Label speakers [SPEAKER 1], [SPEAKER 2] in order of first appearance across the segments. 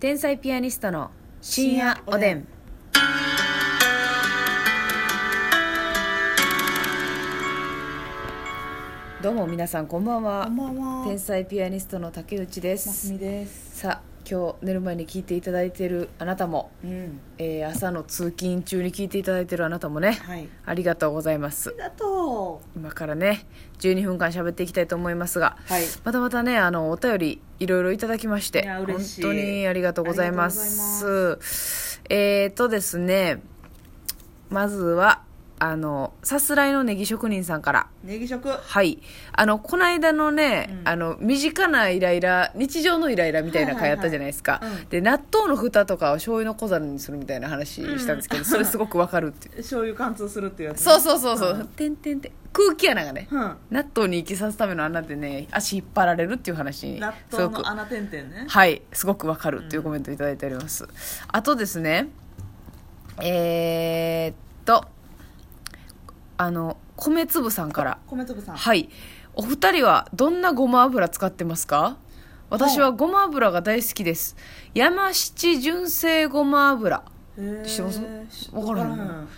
[SPEAKER 1] 天才ピアニストの深夜おでん。どうも皆さんこんばん
[SPEAKER 2] こ
[SPEAKER 1] は
[SPEAKER 2] ん。ばんは。
[SPEAKER 1] 天才ピアニストの竹内で
[SPEAKER 2] ます
[SPEAKER 1] す。
[SPEAKER 2] みです。
[SPEAKER 1] さあ今日寝る前に聞いていただいているあなたも、
[SPEAKER 2] うん。
[SPEAKER 1] えー朝の通勤中に聞いていただいているあなたもね、
[SPEAKER 2] はい。
[SPEAKER 1] ありがとうございます。
[SPEAKER 2] だと。
[SPEAKER 1] 今からね12分間喋っていきたいと思いますが。
[SPEAKER 2] はい。
[SPEAKER 1] またまたねあのお便りいろいろいただきまして
[SPEAKER 2] いや嬉しい
[SPEAKER 1] 本当にありがとうございます
[SPEAKER 2] あ
[SPEAKER 1] えっ、ー、とですねまずはあのさすらいのネギ職人さんから
[SPEAKER 2] ネギ食。
[SPEAKER 1] はいあのこの間のね、
[SPEAKER 2] うん
[SPEAKER 1] あの身近なイライラ日常のイライラみたいな回あったじゃないですか、
[SPEAKER 2] はいはいはいうん
[SPEAKER 1] で納豆の蓋とかを醤油の小皿にするみたいな話したんですけど、それすごくわかるっていう
[SPEAKER 2] 醤油貫通するっていうやつね。
[SPEAKER 1] そうそうそうそう、
[SPEAKER 2] うん
[SPEAKER 1] てんてんてん空気穴がね、
[SPEAKER 2] うん。
[SPEAKER 1] 納豆に行きさすための穴でね足引っ張られるっていう話に
[SPEAKER 2] 納
[SPEAKER 1] すご
[SPEAKER 2] 豆
[SPEAKER 1] く
[SPEAKER 2] の穴点々ね。
[SPEAKER 1] はいすごくわかるっていうコメントいただいております、あとですねえー、っとあの米粒さんから
[SPEAKER 2] 米粒さん。
[SPEAKER 1] はいお二人はどんなごま油使ってますか私はごま油が大好きです山七純正ごま油
[SPEAKER 2] い
[SPEAKER 1] 知ってますわ
[SPEAKER 2] わ
[SPEAKER 1] か
[SPEAKER 2] からら
[SPEAKER 1] へん
[SPEAKER 2] ん。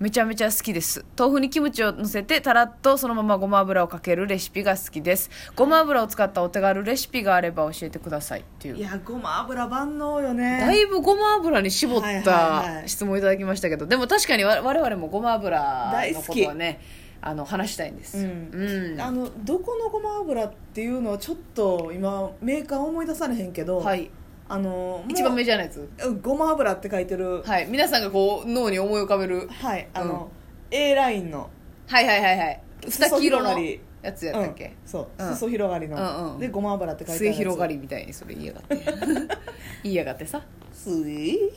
[SPEAKER 1] めちゃめちゃ好きです豆腐にキムチを乗せてたらっとそのままごま油をかけるレシピが好きですごま油を使ったお手軽レシピがあれば教えてくださいっていう
[SPEAKER 2] いや、ごま油万能よね。
[SPEAKER 1] だいぶごま油に絞っ
[SPEAKER 2] はいはいは
[SPEAKER 1] た
[SPEAKER 2] い
[SPEAKER 1] 質問いただきましたけど、でも確かにわ我々もごま油
[SPEAKER 2] 大
[SPEAKER 1] の
[SPEAKER 2] 好
[SPEAKER 1] こ
[SPEAKER 2] き
[SPEAKER 1] とはねあの話したいんです、
[SPEAKER 2] うん
[SPEAKER 1] うん
[SPEAKER 2] あのどこのごま油っていうのはちょっと今メーカー思い出されへんけど、
[SPEAKER 1] はい
[SPEAKER 2] あのもう
[SPEAKER 1] 一番メジャーなやつ
[SPEAKER 2] うんごま油って書いてる
[SPEAKER 1] はい皆さんがこう脳に思い浮かべる
[SPEAKER 2] はいあの、A ラインの
[SPEAKER 1] はいはいはいはい二黄色のやつやったっけ、
[SPEAKER 2] うん、そう、
[SPEAKER 1] うん
[SPEAKER 2] 裾広がりの、
[SPEAKER 1] うんうん
[SPEAKER 2] でごま油って書いてある
[SPEAKER 1] 末
[SPEAKER 2] やつ
[SPEAKER 1] 広がりみたいにそれ言いやがって 言いやがってさ
[SPEAKER 2] 末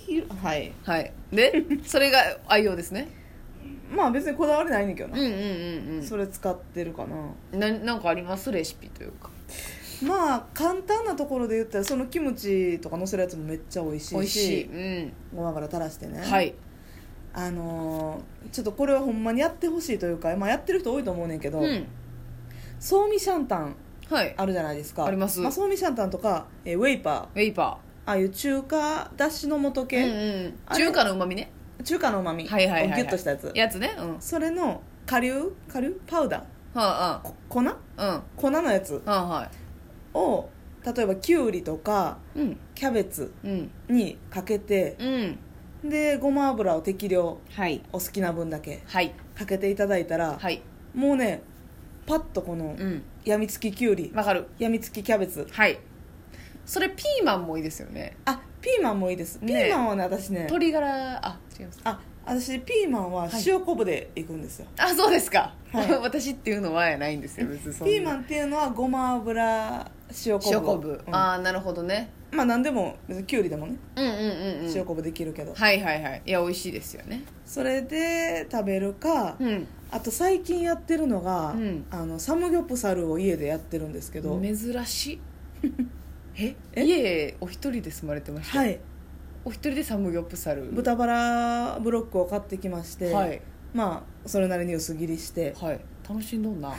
[SPEAKER 2] 広はい
[SPEAKER 1] はいで それが愛用ですね
[SPEAKER 2] まあ別にこだわりないねんけど
[SPEAKER 1] う
[SPEAKER 2] な、
[SPEAKER 1] んうんうん
[SPEAKER 2] それ使ってるかな
[SPEAKER 1] うんななんかありますレシピというか
[SPEAKER 2] まあ簡単なところで言ったらそのキムチとかのせるやつもめっちゃ美味しいし
[SPEAKER 1] 美味しい、
[SPEAKER 2] ごま油垂らして
[SPEAKER 1] う
[SPEAKER 2] ね
[SPEAKER 1] ん、はい
[SPEAKER 2] あのーちょっとこれはほんまにやってほしいというか、まあ、やってる人多いと思うねんけど、
[SPEAKER 1] うん
[SPEAKER 2] ソーミシャンタン
[SPEAKER 1] はい
[SPEAKER 2] あるじゃないですか
[SPEAKER 1] あります
[SPEAKER 2] あ、ソーミシャンタンとか、えーウェイパ
[SPEAKER 1] ウ
[SPEAKER 2] ー
[SPEAKER 1] ェイパ
[SPEAKER 2] ああいう中華だしの素
[SPEAKER 1] ー、
[SPEAKER 2] 系、
[SPEAKER 1] うんうん、
[SPEAKER 2] あれ
[SPEAKER 1] 中華のうまみね
[SPEAKER 2] 中華のうまみをギ
[SPEAKER 1] はいはいはい
[SPEAKER 2] ュ
[SPEAKER 1] はい
[SPEAKER 2] ッとしたやつ
[SPEAKER 1] やつねうんは
[SPEAKER 2] それの顆粒顆粒パウダー
[SPEAKER 1] あ
[SPEAKER 2] こ粉
[SPEAKER 1] うんうん
[SPEAKER 2] 粉のやつ
[SPEAKER 1] はあは
[SPEAKER 2] を例えばきゅうりとか
[SPEAKER 1] いうん
[SPEAKER 2] キャベツ
[SPEAKER 1] うん
[SPEAKER 2] にかけて
[SPEAKER 1] うん
[SPEAKER 2] でごま油を適量
[SPEAKER 1] はい
[SPEAKER 2] お好きな分だけ
[SPEAKER 1] はい
[SPEAKER 2] かけていただいたら、
[SPEAKER 1] はい
[SPEAKER 2] もうねパッとこの
[SPEAKER 1] うん
[SPEAKER 2] やみつききゅうり
[SPEAKER 1] わかる
[SPEAKER 2] やみつきキャベツ
[SPEAKER 1] はいそれピーマンもいいですよね
[SPEAKER 2] あピーマンもいいです、
[SPEAKER 1] ね
[SPEAKER 2] ピーマンはね私ね
[SPEAKER 1] 鶏ガラあ違います
[SPEAKER 2] あ私ピーマンは塩昆布でいくんですよ、
[SPEAKER 1] あそうですか、
[SPEAKER 2] はい
[SPEAKER 1] 私っていうのはやないんですよ別にそんな
[SPEAKER 2] ピーマンっていうのはごま油塩昆布
[SPEAKER 1] 塩昆布、
[SPEAKER 2] うん
[SPEAKER 1] ああなるほどね
[SPEAKER 2] まあ何でも別にきゅうりでもね
[SPEAKER 1] うんうんうんうん
[SPEAKER 2] 塩昆布できるけど、
[SPEAKER 1] はいはいはいいや美味しいですよね
[SPEAKER 2] それで食べるか、
[SPEAKER 1] うん
[SPEAKER 2] あと最近やってるのが、
[SPEAKER 1] うん
[SPEAKER 2] あのサムギョプサルを家でやってるんですけど
[SPEAKER 1] 珍しいえ
[SPEAKER 2] え
[SPEAKER 1] 家へお一人で住まれてました、
[SPEAKER 2] はい
[SPEAKER 1] お一人でサムギョプサル
[SPEAKER 2] 豚バラブロックを買ってきまして、
[SPEAKER 1] はい
[SPEAKER 2] まあそれなりに薄切りして
[SPEAKER 1] はい楽しんどんな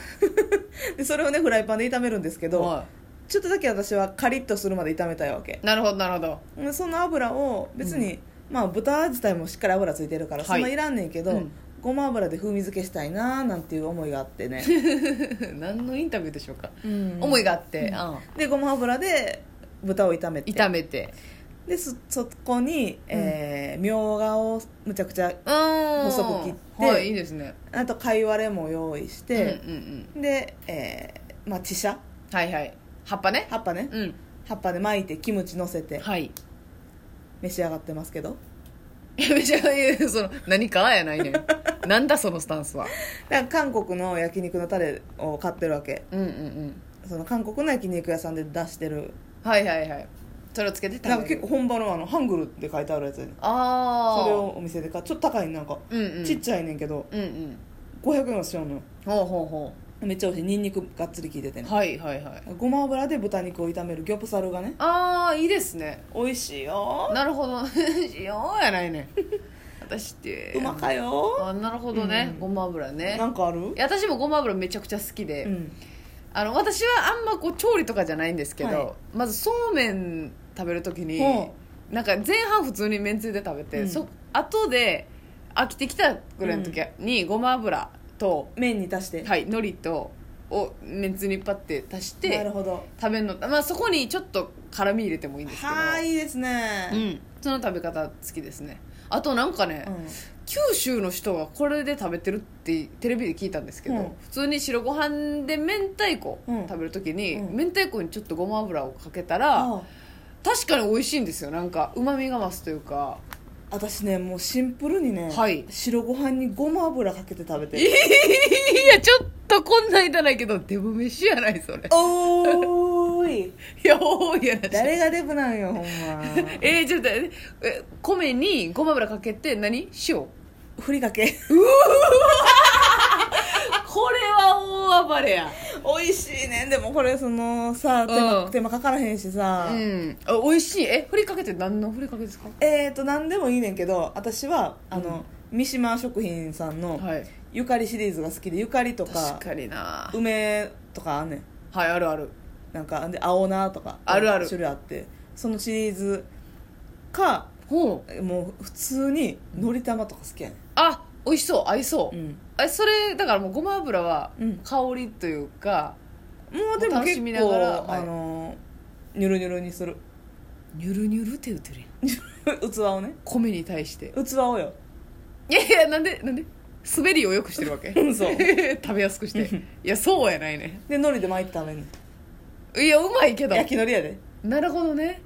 [SPEAKER 2] でそれをねフライパンで炒めるんですけど、
[SPEAKER 1] は
[SPEAKER 2] ちょっとだけ私はカリッとするまで炒めたいわけ
[SPEAKER 1] い、なるほどなるほど
[SPEAKER 2] でその油を別に、まあ豚自体もしっかり油ついてるか
[SPEAKER 1] は
[SPEAKER 2] ら、
[SPEAKER 1] い
[SPEAKER 2] そんないらんねんけど、
[SPEAKER 1] うん
[SPEAKER 2] ごま油で風味付けしたいなーなんていう思いがあってね、
[SPEAKER 1] 何のインタビューで しょうか、
[SPEAKER 2] うん
[SPEAKER 1] 思いがあって、
[SPEAKER 2] でごま油で豚を炒め
[SPEAKER 1] うん
[SPEAKER 2] て
[SPEAKER 1] 炒めて
[SPEAKER 2] でそそこに、えーみょうがをむちゃくちゃ
[SPEAKER 1] うん細
[SPEAKER 2] く切って
[SPEAKER 1] はいいいですね
[SPEAKER 2] あと貝割れも用意して、
[SPEAKER 1] うんうんうん
[SPEAKER 2] で、えーまあ、チシャ
[SPEAKER 1] はいはい葉っぱね
[SPEAKER 2] 葉っぱね
[SPEAKER 1] うん
[SPEAKER 2] 葉っぱで巻いてキムチのせて
[SPEAKER 1] はい
[SPEAKER 2] 召し上がってますけど
[SPEAKER 1] いやめちゃいやその何かやないねんなんだそのスタンスは
[SPEAKER 2] だから韓国の焼肉のタレを買ってるわけ
[SPEAKER 1] うんうんうん
[SPEAKER 2] その韓国の焼肉屋さんで出してる
[SPEAKER 1] はいはいはいそれをつけて
[SPEAKER 2] なん
[SPEAKER 1] 食
[SPEAKER 2] か
[SPEAKER 1] べ
[SPEAKER 2] 結
[SPEAKER 1] る
[SPEAKER 2] 構本場のあのハングルって書いてあるやつやね
[SPEAKER 1] ああ
[SPEAKER 2] それをお店で買うちょっと高いねなんか、
[SPEAKER 1] うんうん
[SPEAKER 2] ちっちゃいねんけど
[SPEAKER 1] うんうん
[SPEAKER 2] 500円はしようのよ
[SPEAKER 1] ほうほうほ
[SPEAKER 2] めっちゃ美味しいニンニクがっつり効いてて
[SPEAKER 1] う
[SPEAKER 2] ね
[SPEAKER 1] はいはいはい
[SPEAKER 2] ごま油で豚肉を炒めるギョプサルがね
[SPEAKER 1] ああいいですね
[SPEAKER 2] 美味しいよ
[SPEAKER 1] なるほど しようやないねん私って
[SPEAKER 2] うまかよ
[SPEAKER 1] あなるほどね、
[SPEAKER 2] うん
[SPEAKER 1] ごま油ね
[SPEAKER 2] なんかある
[SPEAKER 1] いや私もごま油めちゃくちゃ好きで、
[SPEAKER 2] うん
[SPEAKER 1] あの私はあんまこう調理とかじゃないんですけど、
[SPEAKER 2] はい
[SPEAKER 1] まずそうめん食べるときに、
[SPEAKER 2] ほ
[SPEAKER 1] なんか前半普通にめんつゆで食べて、
[SPEAKER 2] うん
[SPEAKER 1] そ後で飽きてきたぐらいの時にごま油と、
[SPEAKER 2] 麺に足して、
[SPEAKER 1] はい海苔とをめんつゆにパッて足し
[SPEAKER 2] なる
[SPEAKER 1] て
[SPEAKER 2] ほど
[SPEAKER 1] 食べるの、まあ、そこにちょっと辛み入れてもいいんですけど
[SPEAKER 2] はいいいですね、
[SPEAKER 1] うん、その食べ方好きですねあとなんかね、
[SPEAKER 2] うん
[SPEAKER 1] 九州の人がこれで食べてるってテレビで聞いたんですけど、
[SPEAKER 2] うん
[SPEAKER 1] 普通に白ご飯で明太子
[SPEAKER 2] うん
[SPEAKER 1] 食べる時に、
[SPEAKER 2] うん
[SPEAKER 1] 明太子にちょっとごま油をかけたら、
[SPEAKER 2] あ
[SPEAKER 1] 確かに美味しいんですよなんかうまみが増すというか
[SPEAKER 2] 私ねもうシンプルにね、
[SPEAKER 1] はい
[SPEAKER 2] 白ご飯にごま油かけて食べてる
[SPEAKER 1] いやちょっとこんなんいたないけどデブ飯やないそれ
[SPEAKER 2] おーい
[SPEAKER 1] いや多いやな
[SPEAKER 2] 誰がデブな んよほんま
[SPEAKER 1] えー、ちょっと待ってえ米にごま油かけて何塩
[SPEAKER 2] ふりかけ
[SPEAKER 1] これは大暴れや
[SPEAKER 2] 美味しいねでもこれそのさ手間,、
[SPEAKER 1] うん
[SPEAKER 2] 手間かからへんしさ、
[SPEAKER 1] うんあ美味しいえふりかけって何のふりかけですか
[SPEAKER 2] えーと何でもいいねんけど私はあの、三島食品さんの
[SPEAKER 1] はい
[SPEAKER 2] ゆかりシリーズが好きでゆかりとか
[SPEAKER 1] 確かにな
[SPEAKER 2] 梅とかあんねん
[SPEAKER 1] はいあるある
[SPEAKER 2] なんかで青菜とか
[SPEAKER 1] あるある
[SPEAKER 2] 種類あってそのシリーズか
[SPEAKER 1] ほう
[SPEAKER 2] もう普通にのり玉とか好きやね
[SPEAKER 1] あ美味しそう合いそ
[SPEAKER 2] ん、
[SPEAKER 1] う、
[SPEAKER 2] ん、
[SPEAKER 1] あそれだからもうごま油は
[SPEAKER 2] うん
[SPEAKER 1] 香りというか、
[SPEAKER 2] もうでも
[SPEAKER 1] 楽
[SPEAKER 2] 結
[SPEAKER 1] しみながら
[SPEAKER 2] 構あのニュルニュルにする
[SPEAKER 1] ニュルニュルって言ってるやん
[SPEAKER 2] 器をね
[SPEAKER 1] 米に対して
[SPEAKER 2] 器をよ
[SPEAKER 1] いやいやなんでなんで滑りをよくしてるわけ
[SPEAKER 2] うんそう
[SPEAKER 1] 食べやすくしていやそうやないね
[SPEAKER 2] で海苔で巻いて食べんねん
[SPEAKER 1] いやうまいけど
[SPEAKER 2] 焼き海苔やで
[SPEAKER 1] なるほどね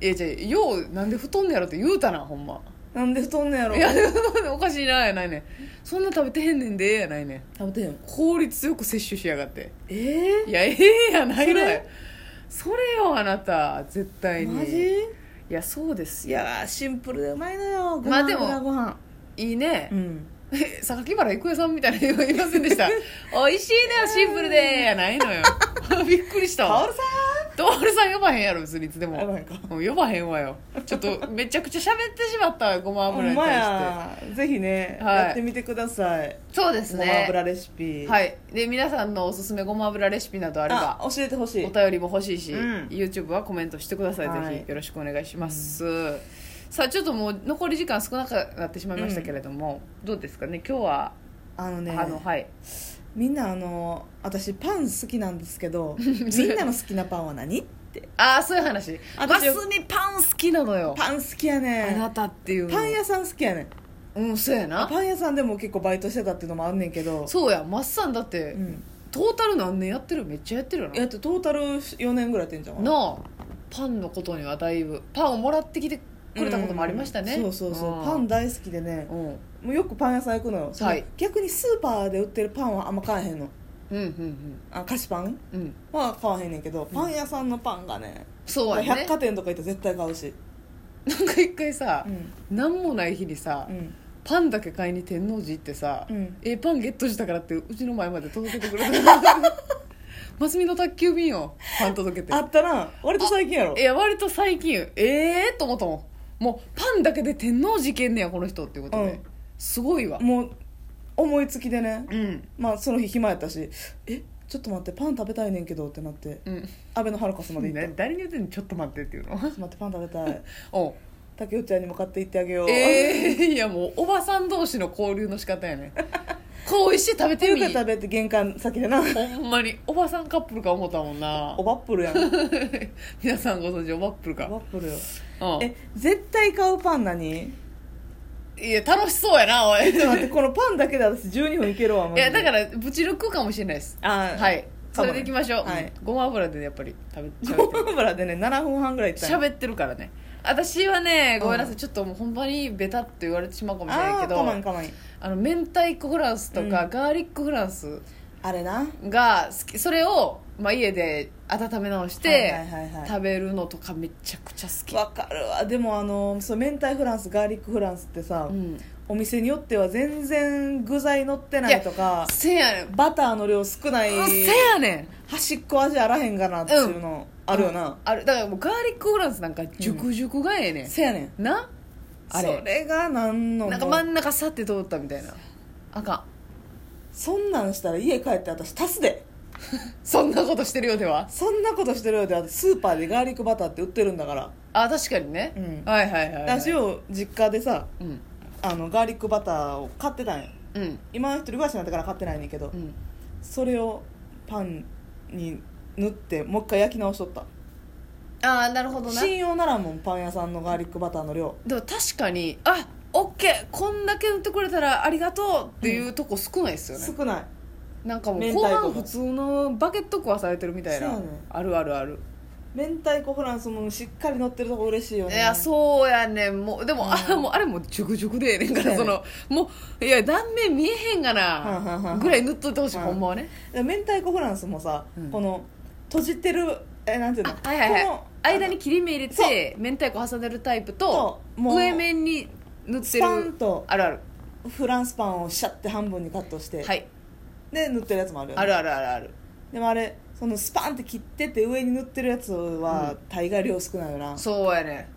[SPEAKER 1] いやじゃあようなんで太んねやろって言うたなほんま
[SPEAKER 2] なんで太んねやろ
[SPEAKER 1] いや おかしいなやないねんそんな食べてへんねんでやないねん
[SPEAKER 2] 食べてへん
[SPEAKER 1] 効率よく摂取しやがって
[SPEAKER 2] え
[SPEAKER 1] いやええやないのよそれよあなた絶
[SPEAKER 2] え
[SPEAKER 1] 対に
[SPEAKER 2] マジ
[SPEAKER 1] いやそうです
[SPEAKER 2] い
[SPEAKER 1] よ
[SPEAKER 2] やーシンプルでうまいのよご
[SPEAKER 1] まあ
[SPEAKER 2] 飯
[SPEAKER 1] でも
[SPEAKER 2] 油ご飯
[SPEAKER 1] いいね
[SPEAKER 2] う、ん
[SPEAKER 1] え榊原郁恵さんみたいな言いませんでした 美味しいねシンプルでやないのよ びっくりした
[SPEAKER 2] 薫
[SPEAKER 1] わ
[SPEAKER 2] さ
[SPEAKER 1] トールさん呼ばへんやろ別にいつで
[SPEAKER 2] んやば
[SPEAKER 1] も
[SPEAKER 2] いか
[SPEAKER 1] うん呼ばへんわよちょっとめちゃくちゃ喋ってしまったごま
[SPEAKER 2] ほ
[SPEAKER 1] 油
[SPEAKER 2] ん
[SPEAKER 1] に
[SPEAKER 2] ま
[SPEAKER 1] 対して
[SPEAKER 2] やぜひね、
[SPEAKER 1] はい
[SPEAKER 2] やってみてください
[SPEAKER 1] そうです
[SPEAKER 2] ごま
[SPEAKER 1] ね
[SPEAKER 2] 油レシピ、
[SPEAKER 1] はいで皆さんのおすすめごま油レシピなどあれば
[SPEAKER 2] あ教えてほしい
[SPEAKER 1] お便りも欲しいし、
[SPEAKER 2] うん
[SPEAKER 1] YouTube はコメントしてください、
[SPEAKER 2] はい
[SPEAKER 1] ぜひよろしくお願いします、さあちょっともう残り時間少なくなってしまいましたけれども、どうですかね今日は、
[SPEAKER 2] あのね
[SPEAKER 1] あのはい
[SPEAKER 2] みんなあの私パン好きなんです けどみんなの好きなパンは何って
[SPEAKER 1] ああそういう話
[SPEAKER 2] 私
[SPEAKER 1] マスミパン好きなのよ
[SPEAKER 2] パン好きや
[SPEAKER 1] あ
[SPEAKER 2] ね
[SPEAKER 1] なんたっていうの
[SPEAKER 2] パン屋さん好きやねん
[SPEAKER 1] うんそうやな
[SPEAKER 2] パン屋さんでも結構バイトしてたっていうのもあんねんけど
[SPEAKER 1] そうやマッサンだって、
[SPEAKER 2] うん
[SPEAKER 1] トータル何年やってるめっちゃやってるよ
[SPEAKER 2] やっ
[SPEAKER 1] な
[SPEAKER 2] てトータル4年ぐらいやってんじゃん
[SPEAKER 1] なあパンのことにはだいぶパンをもらってきてくれたこともありましたね、
[SPEAKER 2] そうそうそうパン大好きでね
[SPEAKER 1] うんうん
[SPEAKER 2] もうよくパン屋さん行くのよ、その
[SPEAKER 1] はい
[SPEAKER 2] 逆にスーパーで売ってるパンはあんま買わへんの
[SPEAKER 1] うんうん
[SPEAKER 2] あ菓子パン
[SPEAKER 1] うんうん
[SPEAKER 2] は買わへんねんけどパン屋さんのパンがね、
[SPEAKER 1] そうや
[SPEAKER 2] 百
[SPEAKER 1] ね
[SPEAKER 2] 貨店とか行ったら絶対買うし、
[SPEAKER 1] なんか一回さ、
[SPEAKER 2] うん
[SPEAKER 1] 何もない日にさ、
[SPEAKER 2] うん
[SPEAKER 1] パンだけ買いに天王寺行ってさ、
[SPEAKER 2] うん
[SPEAKER 1] ええパンゲットしたからってうちの前まで届けてくれた マスミの宅急便をパン届けて
[SPEAKER 2] あったら割と最近やろ
[SPEAKER 1] いや割と最近ええー、と思ったもんもうパンだけで天王寺行けんねやこの人っていうことで、
[SPEAKER 2] うん
[SPEAKER 1] すごいわ
[SPEAKER 2] もう思いつきでね
[SPEAKER 1] うん
[SPEAKER 2] まあその日暇やったし「えちょっと待ってパン食べたいねんけど」ってなって
[SPEAKER 1] うん
[SPEAKER 2] 阿部のハルカスまで行った
[SPEAKER 1] ね
[SPEAKER 2] 「ちょ
[SPEAKER 1] 誰に言ってんのちょっと待ってっていうの
[SPEAKER 2] っと待ってパン食べたい
[SPEAKER 1] おう
[SPEAKER 2] 竹内ちゃんにも買って行ってあげよう」
[SPEAKER 1] ええいやもうおばさん同士の交流の仕方や ねこう美味しい食べて
[SPEAKER 2] よ
[SPEAKER 1] み
[SPEAKER 2] く食べて玄関先でな
[SPEAKER 1] ほんまにおばさんカップルか思ったもんな
[SPEAKER 2] おばっぷるやんお
[SPEAKER 1] 皆さんご存知おばっぷるか
[SPEAKER 2] ばっぷるよ
[SPEAKER 1] うん
[SPEAKER 2] え絶対買うパン何
[SPEAKER 1] いや楽しそうやな おい
[SPEAKER 2] ちょっと待ってこのパンだけで私12分いけるわ
[SPEAKER 1] い
[SPEAKER 2] マジで
[SPEAKER 1] やだからぶち抜くかもしれないです
[SPEAKER 2] あー
[SPEAKER 1] はい
[SPEAKER 2] か
[SPEAKER 1] そ
[SPEAKER 2] もね
[SPEAKER 1] れでいきましょう、
[SPEAKER 2] はい
[SPEAKER 1] うんごま油でやっぱり食 べ喋
[SPEAKER 2] ご
[SPEAKER 1] って
[SPEAKER 2] ま油でね7分半ぐらいいったんや
[SPEAKER 1] 喋ってるからね私はねごめんなさ
[SPEAKER 2] う
[SPEAKER 1] いちょっともうほんまにベタって言われてしまうかもしれない
[SPEAKER 2] あ
[SPEAKER 1] け
[SPEAKER 2] あかまん
[SPEAKER 1] ど
[SPEAKER 2] かまん
[SPEAKER 1] あの明太子フランスとか、
[SPEAKER 2] うん
[SPEAKER 1] ガーリックフランス
[SPEAKER 2] あれな
[SPEAKER 1] が好きそれを、まあ、家で温め直し
[SPEAKER 2] はい
[SPEAKER 1] て
[SPEAKER 2] はいはいはい
[SPEAKER 1] 食べるのとかめちゃくちゃ好き、
[SPEAKER 2] わかるわでもあのそう明太フランスガーリックフランスってさ、
[SPEAKER 1] うん、
[SPEAKER 2] お店によっては全然具材乗ってないとか
[SPEAKER 1] せやねん
[SPEAKER 2] バターの量少ない
[SPEAKER 1] うんせやねん
[SPEAKER 2] 端っこ味あらへんかなっていうのあるよな、
[SPEAKER 1] あるだからもうガーリックフランスなんか熟熟がええねん、
[SPEAKER 2] せやねん
[SPEAKER 1] なあれ
[SPEAKER 2] それがなんの
[SPEAKER 1] なんか
[SPEAKER 2] もう
[SPEAKER 1] 真ん中さって通ったみたいなあかん
[SPEAKER 2] そんなんしたら家帰って私足すで
[SPEAKER 1] そんなことしてるようでは
[SPEAKER 2] そんなことしてるようでスーパーでガーリックバターって売ってるんだから
[SPEAKER 1] あ確かにね、
[SPEAKER 2] うん
[SPEAKER 1] はいはいはい、はい、
[SPEAKER 2] 私を実家でさ
[SPEAKER 1] うん
[SPEAKER 2] あのガーリックバターを買ってたんよ
[SPEAKER 1] うん
[SPEAKER 2] 今一人暮らしになってから買ってないねんけど、
[SPEAKER 1] うん
[SPEAKER 2] それをパンに塗ってもう一回焼き直しとった
[SPEAKER 1] ああなるほどな
[SPEAKER 2] 信用ならんもんパン屋さんのガーリックバターの量
[SPEAKER 1] でも確かにあオッケーこんだけ売ってくれたらありがとうっていうとこ少ないですよね、
[SPEAKER 2] 少ない
[SPEAKER 1] なんかもう
[SPEAKER 2] 明
[SPEAKER 1] 後
[SPEAKER 2] 太子
[SPEAKER 1] 半普通のバケット食わされてるみたいな、
[SPEAKER 2] そうやねん
[SPEAKER 1] あるあるある
[SPEAKER 2] 明太子フランスもしっかり乗ってるとこ嬉しいよ
[SPEAKER 1] い
[SPEAKER 2] ね
[SPEAKER 1] やそうやねんもうでも,、あもうあれもうジュクジュクでええねんからそ
[SPEAKER 2] そうや
[SPEAKER 1] のもういや断面見えへんが
[SPEAKER 2] はんはんはんは
[SPEAKER 1] なんぐらい塗っといてほしい、
[SPEAKER 2] うん
[SPEAKER 1] ほんまはね
[SPEAKER 2] 明太子フランスもさ、
[SPEAKER 1] うん
[SPEAKER 2] この閉じてるえなんていうの
[SPEAKER 1] あはいはい
[SPEAKER 2] こ
[SPEAKER 1] はい
[SPEAKER 2] の
[SPEAKER 1] 間に切り目入れて明太子挟んでるタイプと
[SPEAKER 2] そうもう
[SPEAKER 1] 上面に塗って
[SPEAKER 2] ス
[SPEAKER 1] る
[SPEAKER 2] パンと
[SPEAKER 1] あるある
[SPEAKER 2] フランスパンをシャッて半分にカットして、
[SPEAKER 1] はい
[SPEAKER 2] で塗ってるやつもあるよね
[SPEAKER 1] あるあるあるある
[SPEAKER 2] でもあれそのスパンって切ってて上に塗ってるやつは大概量少ないよな、
[SPEAKER 1] そうやね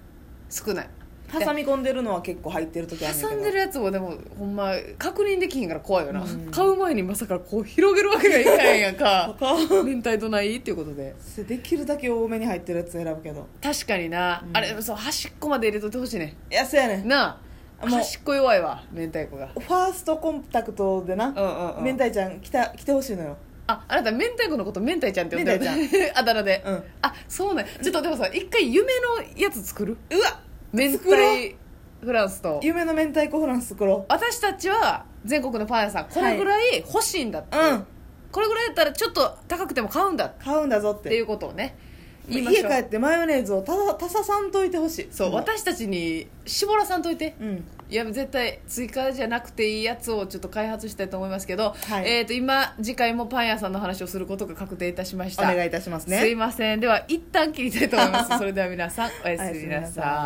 [SPEAKER 1] ん少ない
[SPEAKER 2] 挟み込んでるのは結構入ってる時あるんだ
[SPEAKER 1] 挟
[SPEAKER 2] けど
[SPEAKER 1] んでるやつもでもほんま確認できひんから怖いよな、
[SPEAKER 2] うん
[SPEAKER 1] 買う前にまさかこう広げるわけがいかへんやん か
[SPEAKER 2] か
[SPEAKER 1] 明太どないっていうことで
[SPEAKER 2] できるだけ多めに入ってるやつ選ぶけど
[SPEAKER 1] 確かにな、
[SPEAKER 2] うん
[SPEAKER 1] あれそう端っこまで入れとってほしいね
[SPEAKER 2] いやそうやねん
[SPEAKER 1] なあ
[SPEAKER 2] もう
[SPEAKER 1] 端っこ弱いわ明太子が
[SPEAKER 2] ファーストコンタクトでな、
[SPEAKER 1] うんうんうん
[SPEAKER 2] 明太ちゃん来た来てほしいのよ
[SPEAKER 1] ああなた明太子のこと明太ちゃんって呼んでる
[SPEAKER 2] 明太
[SPEAKER 1] あだ名で、
[SPEAKER 2] うん
[SPEAKER 1] あそうなんやちょっとでもさ一回夢のやつ作る
[SPEAKER 2] うわ
[SPEAKER 1] 明太
[SPEAKER 2] 作ろう
[SPEAKER 1] フランスと
[SPEAKER 2] 夢の明太子フランス作ろ
[SPEAKER 1] 私たちは全国のパン屋さんこれぐらい欲しいんだって
[SPEAKER 2] う
[SPEAKER 1] いう、
[SPEAKER 2] うん
[SPEAKER 1] これぐらいだったらちょっと高くても買うんだっ
[SPEAKER 2] 買うんだぞって
[SPEAKER 1] ていううことをね言いま
[SPEAKER 2] 家
[SPEAKER 1] し
[SPEAKER 2] 帰
[SPEAKER 1] ょう
[SPEAKER 2] ってマヨネーズをただたささんといてほしい
[SPEAKER 1] そう、私たちに絞らさんといて
[SPEAKER 2] うん
[SPEAKER 1] いや絶対追加じゃなくていいやつをちょっと開発したいと思いますけど、
[SPEAKER 2] はい
[SPEAKER 1] えー、と今次回もパン屋さんの話をすることが確定いたしまし
[SPEAKER 2] お
[SPEAKER 1] た
[SPEAKER 2] 願いいたしますね
[SPEAKER 1] すいませんでは一旦切りたいと思いますそれでは皆さんおやすみ
[SPEAKER 2] おや
[SPEAKER 1] な
[SPEAKER 2] すみな
[SPEAKER 1] さい
[SPEAKER 2] さい